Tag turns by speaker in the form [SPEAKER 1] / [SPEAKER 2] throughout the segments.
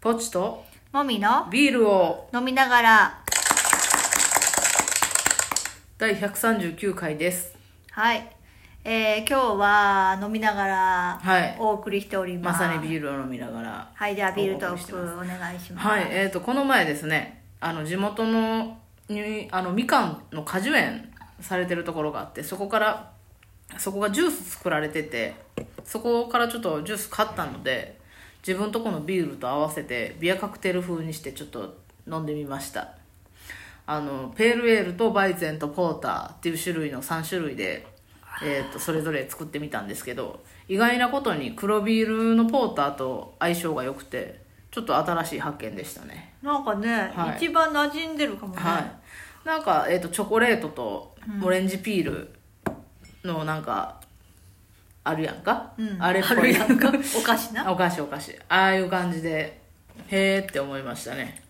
[SPEAKER 1] ポチと
[SPEAKER 2] もみの
[SPEAKER 1] ビールを
[SPEAKER 2] 飲みながら
[SPEAKER 1] 第139回です
[SPEAKER 2] はい、えー、今日は飲みなが
[SPEAKER 1] はい
[SPEAKER 2] らお送りしておりま、
[SPEAKER 1] ますさにビールを飲みながら
[SPEAKER 2] はいではビールト
[SPEAKER 1] お送り
[SPEAKER 2] ー
[SPEAKER 1] して
[SPEAKER 2] ク
[SPEAKER 1] ま
[SPEAKER 2] お願いします
[SPEAKER 1] はいえー、とこの前ですねあの地元のにあのみかんの果樹園されてるところがあってそこからそこがジュース作られててそこからちょっとジュース買ったので自分とこのビールと合わせてビアカクテル風にしてちょっと飲んでみましたあのペールエールとバイゼンとポーターっていう種類の3種類で、えー、とそれぞれ作ってみたんですけど意外なことに黒ビールのポーターと相性が良くてちょっと新しい発見でしたね
[SPEAKER 2] なんかね、
[SPEAKER 1] はい
[SPEAKER 2] 一番馴染んでるかもね、
[SPEAKER 1] はいなんか、えー、とチョコレートとオレンジピールのなんか、あるやんか、
[SPEAKER 2] うん
[SPEAKER 1] あれっぽい
[SPEAKER 2] あるやんかおかし な
[SPEAKER 1] お菓子お菓子ああいう感じでへえって思いましたね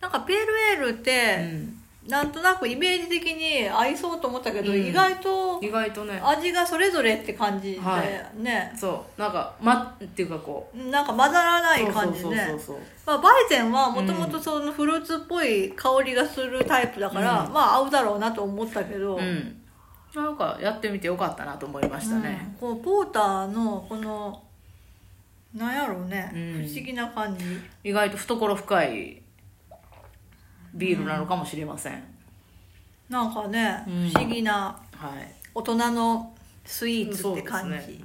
[SPEAKER 2] なんかペールエールっ
[SPEAKER 1] う
[SPEAKER 2] て、
[SPEAKER 1] ん
[SPEAKER 2] なんとなくイメージ的に合いそうと思ったけど、
[SPEAKER 1] うん
[SPEAKER 2] 意外と
[SPEAKER 1] 意外とね
[SPEAKER 2] 味がそれぞれって感じで、
[SPEAKER 1] はい
[SPEAKER 2] ね
[SPEAKER 1] そうなんかまっていうかこ
[SPEAKER 2] なんか混ざらな
[SPEAKER 1] う
[SPEAKER 2] い感じ
[SPEAKER 1] そ
[SPEAKER 2] ね
[SPEAKER 1] うそうそうそう
[SPEAKER 2] まあ、バイゼンはもともとそのフルーツっぽい香りがするタイプだから、まあ合うだろうなと思ったけど、
[SPEAKER 1] うん、なんかやってみてよかったなと思いましたね、
[SPEAKER 2] うんこのポーターのこのなんやろうね、
[SPEAKER 1] うん
[SPEAKER 2] 不思議な感じ
[SPEAKER 1] 意外と懐深いビールなのかもしれません、
[SPEAKER 2] なんかね、
[SPEAKER 1] うん
[SPEAKER 2] 不思議な
[SPEAKER 1] はい
[SPEAKER 2] 大人のスイーツ
[SPEAKER 1] そ
[SPEAKER 2] っ
[SPEAKER 1] う
[SPEAKER 2] て
[SPEAKER 1] で
[SPEAKER 2] 感
[SPEAKER 1] す
[SPEAKER 2] じ
[SPEAKER 1] ね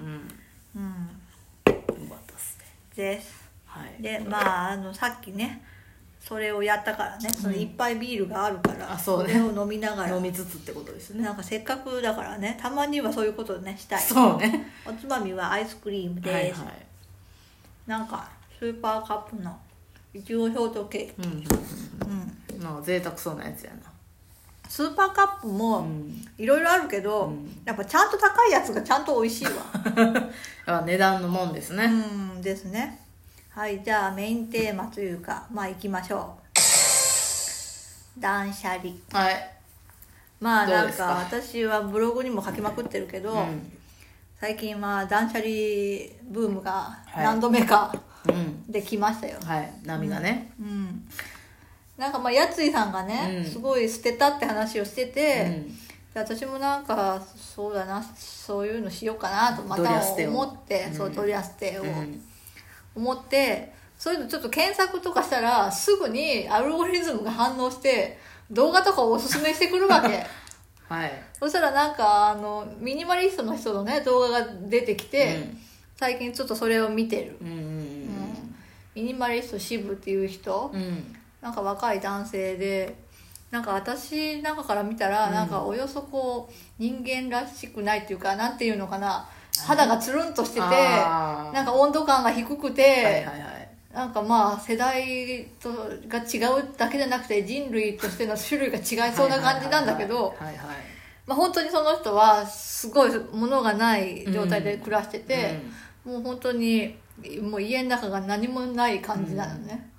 [SPEAKER 1] うん
[SPEAKER 2] うん、
[SPEAKER 1] よかったっすね
[SPEAKER 2] です
[SPEAKER 1] はい
[SPEAKER 2] でまああのさっきねそれをやったからねそのいっぱいビールがあるから、
[SPEAKER 1] あそうね
[SPEAKER 2] れを飲みなが ら
[SPEAKER 1] 飲みつつってことですね
[SPEAKER 2] なんかせっかくだからねたまにはそういうことねしたい
[SPEAKER 1] そうね
[SPEAKER 2] おつまみはアイスクリームです、
[SPEAKER 1] はいはい
[SPEAKER 2] なんかスーパーカップのいちごショートケ
[SPEAKER 1] うん
[SPEAKER 2] ーキ、うん、
[SPEAKER 1] なんか贅沢そうなや つや
[SPEAKER 2] スーパーカップ
[SPEAKER 1] なう
[SPEAKER 2] も
[SPEAKER 1] ん
[SPEAKER 2] いろいろあるけど、
[SPEAKER 1] うん
[SPEAKER 2] やっぱちゃんと高いやつがちゃんと美味しいわ
[SPEAKER 1] やっぱ値段のもんですね、
[SPEAKER 2] うんですねはいじゃあメインテーマというかまあ行きましょう断捨離
[SPEAKER 1] はい
[SPEAKER 2] まあ
[SPEAKER 1] どう
[SPEAKER 2] なん
[SPEAKER 1] ですか
[SPEAKER 2] か私はブログにも書きまくってるけど、
[SPEAKER 1] う
[SPEAKER 2] 最近は断捨離ブームが
[SPEAKER 1] はい
[SPEAKER 2] 何度目か
[SPEAKER 1] ん、うん、
[SPEAKER 2] できましたよ、
[SPEAKER 1] はい波がね、
[SPEAKER 2] うん、なんかまあやついさんがね、
[SPEAKER 1] うん
[SPEAKER 2] すごい捨てたって話をして
[SPEAKER 1] う
[SPEAKER 2] て、で
[SPEAKER 1] ん
[SPEAKER 2] 私もなんかそうだなそういうのしようかなとまた
[SPEAKER 1] 取り捨てを
[SPEAKER 2] 思って
[SPEAKER 1] うん
[SPEAKER 2] そう取り捨てを
[SPEAKER 1] うん
[SPEAKER 2] 思って、そういうのちょっと検索とかしたらすぐにアルゴリズムが反応して動画とかをおすすめしてくる わけ
[SPEAKER 1] はい
[SPEAKER 2] そしたらなんかあのミニマリストの人のね動画が出てきて、最近ちょっとそれを見てる
[SPEAKER 1] うんうん
[SPEAKER 2] ミニマリスト支部っていう人、
[SPEAKER 1] うんうん
[SPEAKER 2] なんか若い男性でなんか私なんかから見たら、なんかおよそこう人間らしくないっていうかなんていうのかな肌がつるんとしてて
[SPEAKER 1] あー
[SPEAKER 2] なんか温度感が低くて、
[SPEAKER 1] はいはいはい
[SPEAKER 2] なんかまあ世代とが違うだけじゃなくて人類としての種類が違いそうな感じなんだけど
[SPEAKER 1] はいはいはいはい
[SPEAKER 2] まあ本当にその人はすごい物がない状態で暮らしてて。
[SPEAKER 1] うん
[SPEAKER 2] もう本当にもう家の中が何もない感じなのね、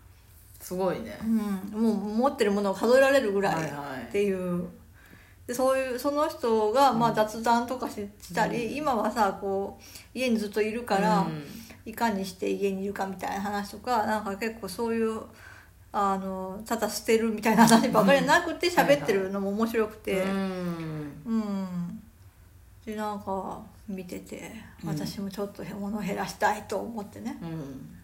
[SPEAKER 1] すごいね
[SPEAKER 2] うんもう持ってるものを数えられるぐら
[SPEAKER 1] はい
[SPEAKER 2] い
[SPEAKER 1] は
[SPEAKER 2] っ
[SPEAKER 1] い
[SPEAKER 2] ていうでそういうその人がまあ雑談とかししたり、今はさこう家にずっといるから、
[SPEAKER 1] うん
[SPEAKER 2] いかにして家にいるかみたいな話とかなんか結構そういうあのただ捨てるみたいな話ばかりじゃなくて
[SPEAKER 1] うん
[SPEAKER 2] 喋ってるのも面白くて、
[SPEAKER 1] うん
[SPEAKER 2] うんでなんか見てて私もちょっと物を減らしたいと思ってね、
[SPEAKER 1] うん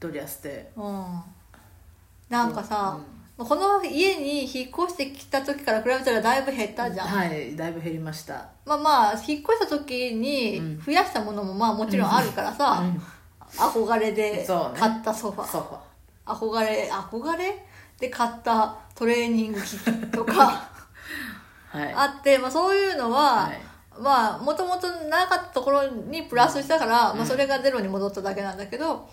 [SPEAKER 1] ドリアステ
[SPEAKER 2] うんなんかさ、この家に引っ越してきた時から比べたらだいぶ減ったじゃん、
[SPEAKER 1] はいだいぶ減りました
[SPEAKER 2] まあまあ引っ越した時に増やしたものもまあもちろんあるからさ、
[SPEAKER 1] うん
[SPEAKER 2] 憧れで
[SPEAKER 1] そうね
[SPEAKER 2] 買ったソファ、
[SPEAKER 1] ソファ
[SPEAKER 2] 憧れ憧れで買ったトレーニング機器とか
[SPEAKER 1] はい
[SPEAKER 2] あって、まあ、そういうのは、
[SPEAKER 1] はい
[SPEAKER 2] まあもともとなかったところにプラスしたから、まあ、それがゼロに戻っただけなんだけど、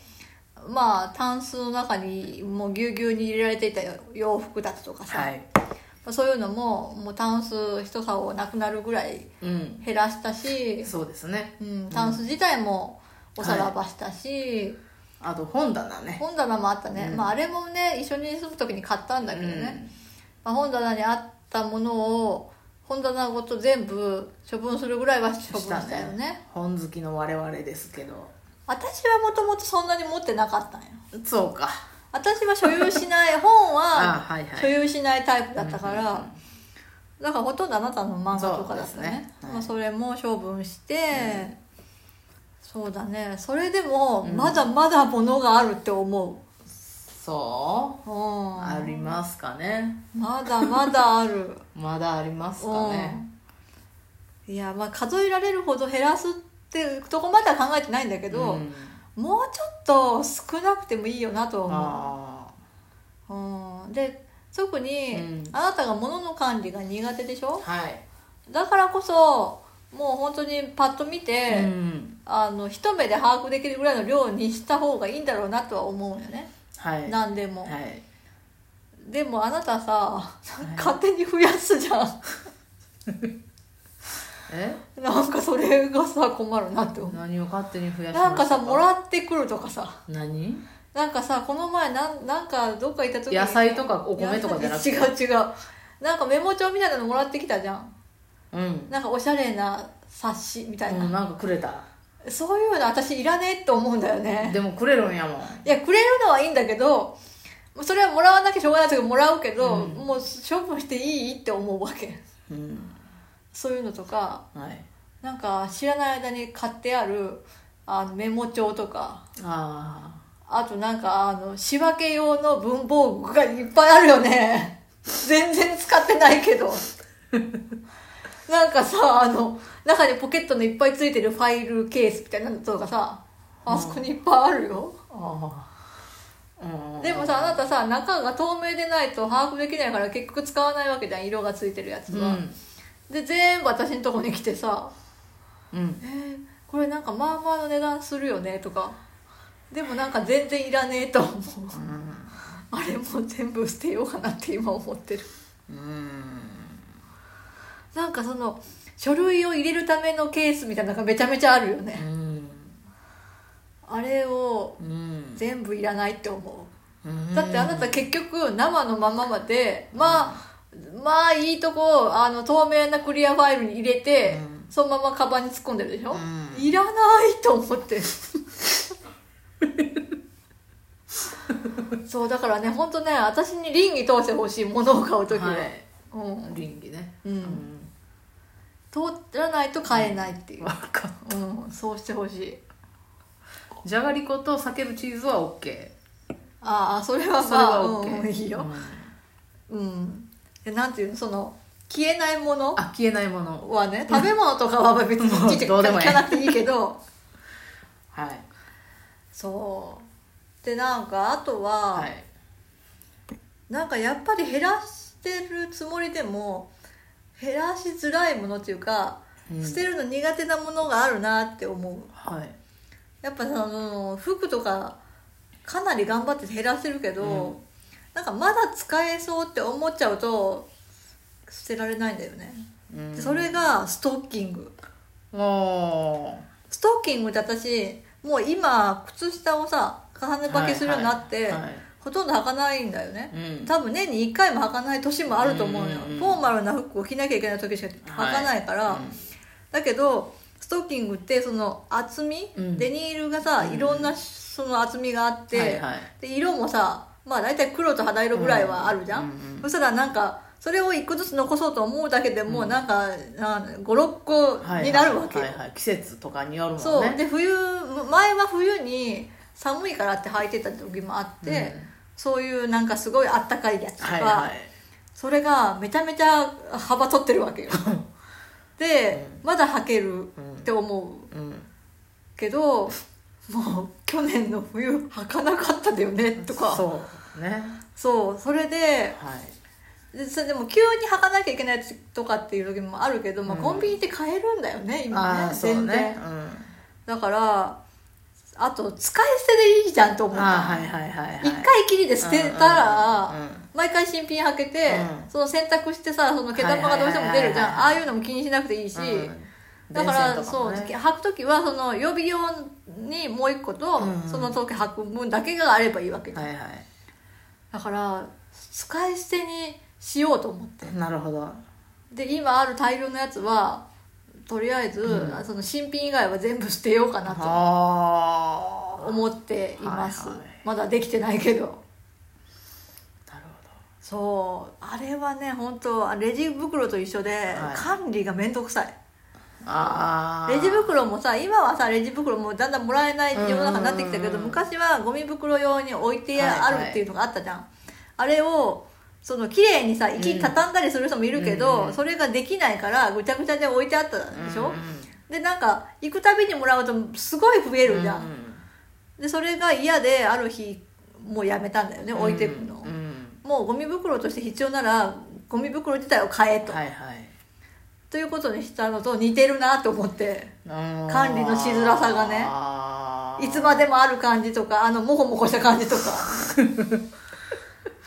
[SPEAKER 2] まあタンスの中にもうぎゅうぎゅうに入れられていた洋服だとかさ、
[SPEAKER 1] はい
[SPEAKER 2] まあ、そういうのももうタンス一竿なくなるぐらい
[SPEAKER 1] うん
[SPEAKER 2] 減らしたし、
[SPEAKER 1] そうですね
[SPEAKER 2] うん、タンス自体もおさらばしたし、
[SPEAKER 1] あと本棚ね
[SPEAKER 2] 本棚もあったね、
[SPEAKER 1] うん
[SPEAKER 2] まあ、あれもね一緒に住む時に買ったんだけどね、まあ、本棚にあったものを本棚ごと全部処分するぐらいは処分したよね
[SPEAKER 1] うん本好きの我々ですけど
[SPEAKER 2] 私はもともとそんなに持ってなかったんよ
[SPEAKER 1] そうか
[SPEAKER 2] 私は所有し ない本
[SPEAKER 1] あ
[SPEAKER 2] は
[SPEAKER 1] はいはい
[SPEAKER 2] 所有しないタイプだったから、だからほとんどあなたの漫画とかだっ
[SPEAKER 1] そ
[SPEAKER 2] た
[SPEAKER 1] う
[SPEAKER 2] ね
[SPEAKER 1] です
[SPEAKER 2] そ
[SPEAKER 1] ねはい
[SPEAKER 2] まあ、それも処分して、そうだねそれでもまだまだ物があるって思
[SPEAKER 1] そう
[SPEAKER 2] う、うん、
[SPEAKER 1] ありますかね
[SPEAKER 2] まだまだ ある
[SPEAKER 1] まだありますかね
[SPEAKER 2] うんいやまあ数えられるほど減らすってとこまでは考えてないんだけど、
[SPEAKER 1] うん
[SPEAKER 2] もうちょっと少なくてもいいよなとは
[SPEAKER 1] あ
[SPEAKER 2] 思う、うん、で特に、
[SPEAKER 1] うん
[SPEAKER 2] あなたが物の管理が苦手でしょ
[SPEAKER 1] ーはい
[SPEAKER 2] だからこそもう本当にパッと見て、
[SPEAKER 1] うん
[SPEAKER 2] あの一目で把握できるぐらいの量にした方がいいんだろうなとは思うよね
[SPEAKER 1] はい
[SPEAKER 2] 何でも、
[SPEAKER 1] はい
[SPEAKER 2] でもあなたさ勝手に増やすじゃん
[SPEAKER 1] え
[SPEAKER 2] なんかそれがさ困るなって思う
[SPEAKER 1] 何を勝手に増やしま
[SPEAKER 2] なんか
[SPEAKER 1] した
[SPEAKER 2] さもらってくるとかさ
[SPEAKER 1] 何
[SPEAKER 2] なんかさこの前なんなんかどっか行った時に
[SPEAKER 1] 野菜とかお米とかじゃなくて
[SPEAKER 2] 違う違うなんかメモ帳みたいなのもらってきたじゃん
[SPEAKER 1] うん
[SPEAKER 2] なんかおしゃれな冊子みたいな、
[SPEAKER 1] うんなんかくれた
[SPEAKER 2] そういうの私いらねえと思うんだよね
[SPEAKER 1] でもくれるんやもん
[SPEAKER 2] いやくれるのはいいんだけどそれはもらわなきゃしょうがないけどもらうけど、
[SPEAKER 1] うん
[SPEAKER 2] もう処分していいって思うわけ
[SPEAKER 1] うん
[SPEAKER 2] そういうのとか
[SPEAKER 1] はい
[SPEAKER 2] なんか知らない間に買ってあるあのメモ帳とか
[SPEAKER 1] あ
[SPEAKER 2] あとなんかあの仕分け用の文房具がいっぱいあるよね全然使ってない けどなんかさあの中にポケットのいっぱいついてるファイルケースみたいなのとかさあそこにいっぱいあるよ、
[SPEAKER 1] ーあーうん
[SPEAKER 2] でもさあなたさ中が透明でないと把握できないから結局使わないわけじゃん色がついてるやつ
[SPEAKER 1] う
[SPEAKER 2] は、
[SPEAKER 1] ん
[SPEAKER 2] で全部私のとこに来てさ
[SPEAKER 1] うん
[SPEAKER 2] 「えーこれなんかまあまあの値段するよね」とかでもなんか全然いらねえと思うあれもう全部捨てようかなって今思ってる
[SPEAKER 1] うん
[SPEAKER 2] なんかその書類を入れるためのケースみたいなのがめちゃめちゃあるよ
[SPEAKER 1] う
[SPEAKER 2] ね
[SPEAKER 1] ん
[SPEAKER 2] あれを
[SPEAKER 1] うん
[SPEAKER 2] 全部いらないって思
[SPEAKER 1] うん
[SPEAKER 2] うだってあなた結局生のまままでまあまあいいとこをあの透明なクリアファイルに入れて、
[SPEAKER 1] う
[SPEAKER 2] そのままカバンに突っ込んでるでしょ、
[SPEAKER 1] うん
[SPEAKER 2] いらないと思って そうだからね本当ね私に倫理通してほしいものを買う時は、
[SPEAKER 1] はい
[SPEAKER 2] うん、
[SPEAKER 1] 倫理ね
[SPEAKER 2] うん
[SPEAKER 1] うん
[SPEAKER 2] 通らないと買えないっていう
[SPEAKER 1] わ、かん
[SPEAKER 2] うんそうしてほしい
[SPEAKER 1] じゃがりこと叫ぶチーズは OK
[SPEAKER 2] ああそれは
[SPEAKER 1] それ
[SPEAKER 2] まあ
[SPEAKER 1] は OK、
[SPEAKER 2] うん、いいよ
[SPEAKER 1] うん、
[SPEAKER 2] うんでなんていうのその消えないもの
[SPEAKER 1] あ消えないもの
[SPEAKER 2] はね食べ物とかは 別にいちいち
[SPEAKER 1] どうでもいい
[SPEAKER 2] 聞かなくていい けど
[SPEAKER 1] はい
[SPEAKER 2] そうでなんかあとは、
[SPEAKER 1] はい
[SPEAKER 2] なんかやっぱり減らしてるつもりでも減らしづらいものっていうか、
[SPEAKER 1] うん
[SPEAKER 2] 捨てるの苦手なものがあるなって思う
[SPEAKER 1] はい
[SPEAKER 2] やっぱその服とかかなり頑張って減らしてるけど、
[SPEAKER 1] うん
[SPEAKER 2] なんかまだ使えそうって思っちゃうと捨てられないんだよね、
[SPEAKER 1] うん
[SPEAKER 2] でそれがストッキング
[SPEAKER 1] お
[SPEAKER 2] ストッキングって私もう今靴下をさ重ね
[SPEAKER 1] ー
[SPEAKER 2] 履きするようになって、
[SPEAKER 1] はいはい
[SPEAKER 2] ほとんど履かないんだよね、
[SPEAKER 1] うん
[SPEAKER 2] 多分年に1回も履かない年もあると思うのよ、
[SPEAKER 1] うんうんうん
[SPEAKER 2] フォーマルな服を着なきゃいけない時しか履かないから、だけどストッキングってその厚み、
[SPEAKER 1] うん
[SPEAKER 2] デニールがさ
[SPEAKER 1] うん
[SPEAKER 2] いろんなその厚みがあって、
[SPEAKER 1] はいはい
[SPEAKER 2] で色もさまあ大体黒と肌色ぐらいはあるじゃ
[SPEAKER 1] う
[SPEAKER 2] ん、
[SPEAKER 1] んうんうん
[SPEAKER 2] そしたらなんかそれを1個ずつ残そうと思うだけでもうなんか、56個
[SPEAKER 1] はい
[SPEAKER 2] になるわけよ、
[SPEAKER 1] はいはい季節とかによるもんね
[SPEAKER 2] そうで冬前は冬に寒いからって履いてた時もあって、
[SPEAKER 1] うん
[SPEAKER 2] そういうなんかすごいあったかいやつとか、
[SPEAKER 1] はいはい
[SPEAKER 2] それがめちゃめちゃ幅取ってるわけよで、まだ履けるって思う
[SPEAKER 1] うん
[SPEAKER 2] けどもう去年の冬履かなかったんだよねとかそ
[SPEAKER 1] そ
[SPEAKER 2] う
[SPEAKER 1] うね
[SPEAKER 2] それで
[SPEAKER 1] はい
[SPEAKER 2] でそれでも急に履かなきゃいけないとかっていう時もあるけど、まあ、
[SPEAKER 1] うん
[SPEAKER 2] コンビニって買えるんだよね今
[SPEAKER 1] あ
[SPEAKER 2] ね
[SPEAKER 1] あそう
[SPEAKER 2] 全
[SPEAKER 1] ね
[SPEAKER 2] 然
[SPEAKER 1] うん
[SPEAKER 2] だからあと使い捨てでいいじゃんと思う
[SPEAKER 1] ああはいはいはいはい
[SPEAKER 2] 一回きりで捨てたら、
[SPEAKER 1] うんうんうん
[SPEAKER 2] 毎回新品履けて、
[SPEAKER 1] うん
[SPEAKER 2] その洗濯してさその毛玉がどうしても出るじゃん、
[SPEAKER 1] は
[SPEAKER 2] ああいうのも気にしなくていいし、
[SPEAKER 1] うん
[SPEAKER 2] だから、
[SPEAKER 1] 電線と
[SPEAKER 2] そ
[SPEAKER 1] も
[SPEAKER 2] う
[SPEAKER 1] ね
[SPEAKER 2] 履く時はその予備用にもう一個と、
[SPEAKER 1] うん
[SPEAKER 2] その時履く分だけがあればいいわけじゃん、
[SPEAKER 1] はいはい
[SPEAKER 2] だから使い捨てにしようと思って
[SPEAKER 1] なるほど
[SPEAKER 2] で今ある大量のやつはとりあえず、
[SPEAKER 1] うん
[SPEAKER 2] その新品以外は全部捨てようかなと
[SPEAKER 1] ああ
[SPEAKER 2] 思っています、
[SPEAKER 1] はいはい
[SPEAKER 2] まだできてないけど
[SPEAKER 1] なるほど
[SPEAKER 2] そうあれはね本当あレジ袋と一緒で、
[SPEAKER 1] はい
[SPEAKER 2] 管理が面倒くさい
[SPEAKER 1] ああ
[SPEAKER 2] レジ袋もさ今はさレジ袋もだんだんもらえない世の中になってきたけ
[SPEAKER 1] うんうん
[SPEAKER 2] ど
[SPEAKER 1] うん
[SPEAKER 2] 昔はゴミ袋用に置いて
[SPEAKER 1] は
[SPEAKER 2] あ
[SPEAKER 1] いはい
[SPEAKER 2] るっていうのがあったじゃん、あれをその綺麗にさ息畳んだりする人もいるけ
[SPEAKER 1] うんうん
[SPEAKER 2] ど、
[SPEAKER 1] うん
[SPEAKER 2] それができないからぐちゃぐちゃで置いてあったでし
[SPEAKER 1] うん
[SPEAKER 2] ょ、
[SPEAKER 1] うん
[SPEAKER 2] でなんか行くたびにもらうとすごい増えるじゃん、
[SPEAKER 1] うん
[SPEAKER 2] でそれが嫌である日もうやめたんだよね
[SPEAKER 1] うん
[SPEAKER 2] 置いてくの、
[SPEAKER 1] うん
[SPEAKER 2] もうゴミ袋として必要ならゴミ袋自体を買えと、
[SPEAKER 1] はいはい
[SPEAKER 2] ということにしたのと似てるなと思って
[SPEAKER 1] 管
[SPEAKER 2] 管理のしづらさがねいつまでもある感じとかあのモコモコした感 じとか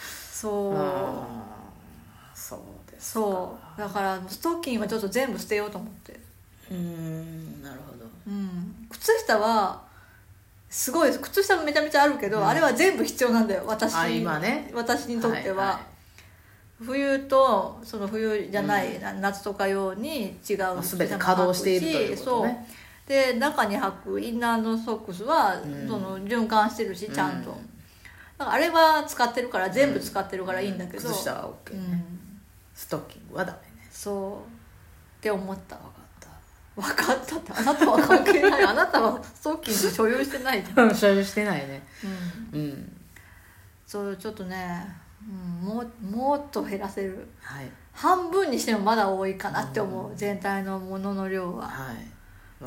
[SPEAKER 2] そう
[SPEAKER 1] そうです
[SPEAKER 2] そうだからストッキングはちょっと全部捨てようと思って
[SPEAKER 1] うーんなるほど
[SPEAKER 2] うん靴下はすごい靴下もめちゃめちゃあるけど、あれは全部必要なんだよ私
[SPEAKER 1] あ今ね
[SPEAKER 2] 私にとっては、
[SPEAKER 1] い
[SPEAKER 2] 冬とその冬じゃない、な夏とか用に違う
[SPEAKER 1] いまあ全て稼働しているということ
[SPEAKER 2] そう
[SPEAKER 1] ね
[SPEAKER 2] で中に履くインナーのソックスは、
[SPEAKER 1] うん
[SPEAKER 2] その循環してるしちゃんと、
[SPEAKER 1] うん
[SPEAKER 2] だからあれは使ってるから全部使ってるからいいんだけど、
[SPEAKER 1] 靴下は OK
[SPEAKER 2] う
[SPEAKER 1] ね、
[SPEAKER 2] ん
[SPEAKER 1] ストッキングはダメね
[SPEAKER 2] そうって思った
[SPEAKER 1] 分か
[SPEAKER 2] 分かったってあなたは関係 ないあなたはストッキング所有してないじゃん、
[SPEAKER 1] った所有してないね
[SPEAKER 2] うん、
[SPEAKER 1] うん
[SPEAKER 2] そうちょっとね、うん、もうもっと減らせる
[SPEAKER 1] はい
[SPEAKER 2] 半分にしてもまだ多いかなって思う、全体のものの量は
[SPEAKER 1] はい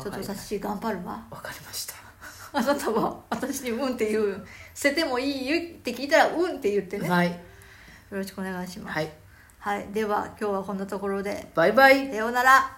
[SPEAKER 2] ちょっと
[SPEAKER 1] わかり
[SPEAKER 2] 私頑張るわ
[SPEAKER 1] わかりました
[SPEAKER 2] あなたは私に「うん」って言う捨ててもいいって聞いたら「うん」って言ってねよ
[SPEAKER 1] はい
[SPEAKER 2] ろしくお願いします
[SPEAKER 1] はい
[SPEAKER 2] はい、では今日はこんなところで
[SPEAKER 1] バイバイ
[SPEAKER 2] さようなら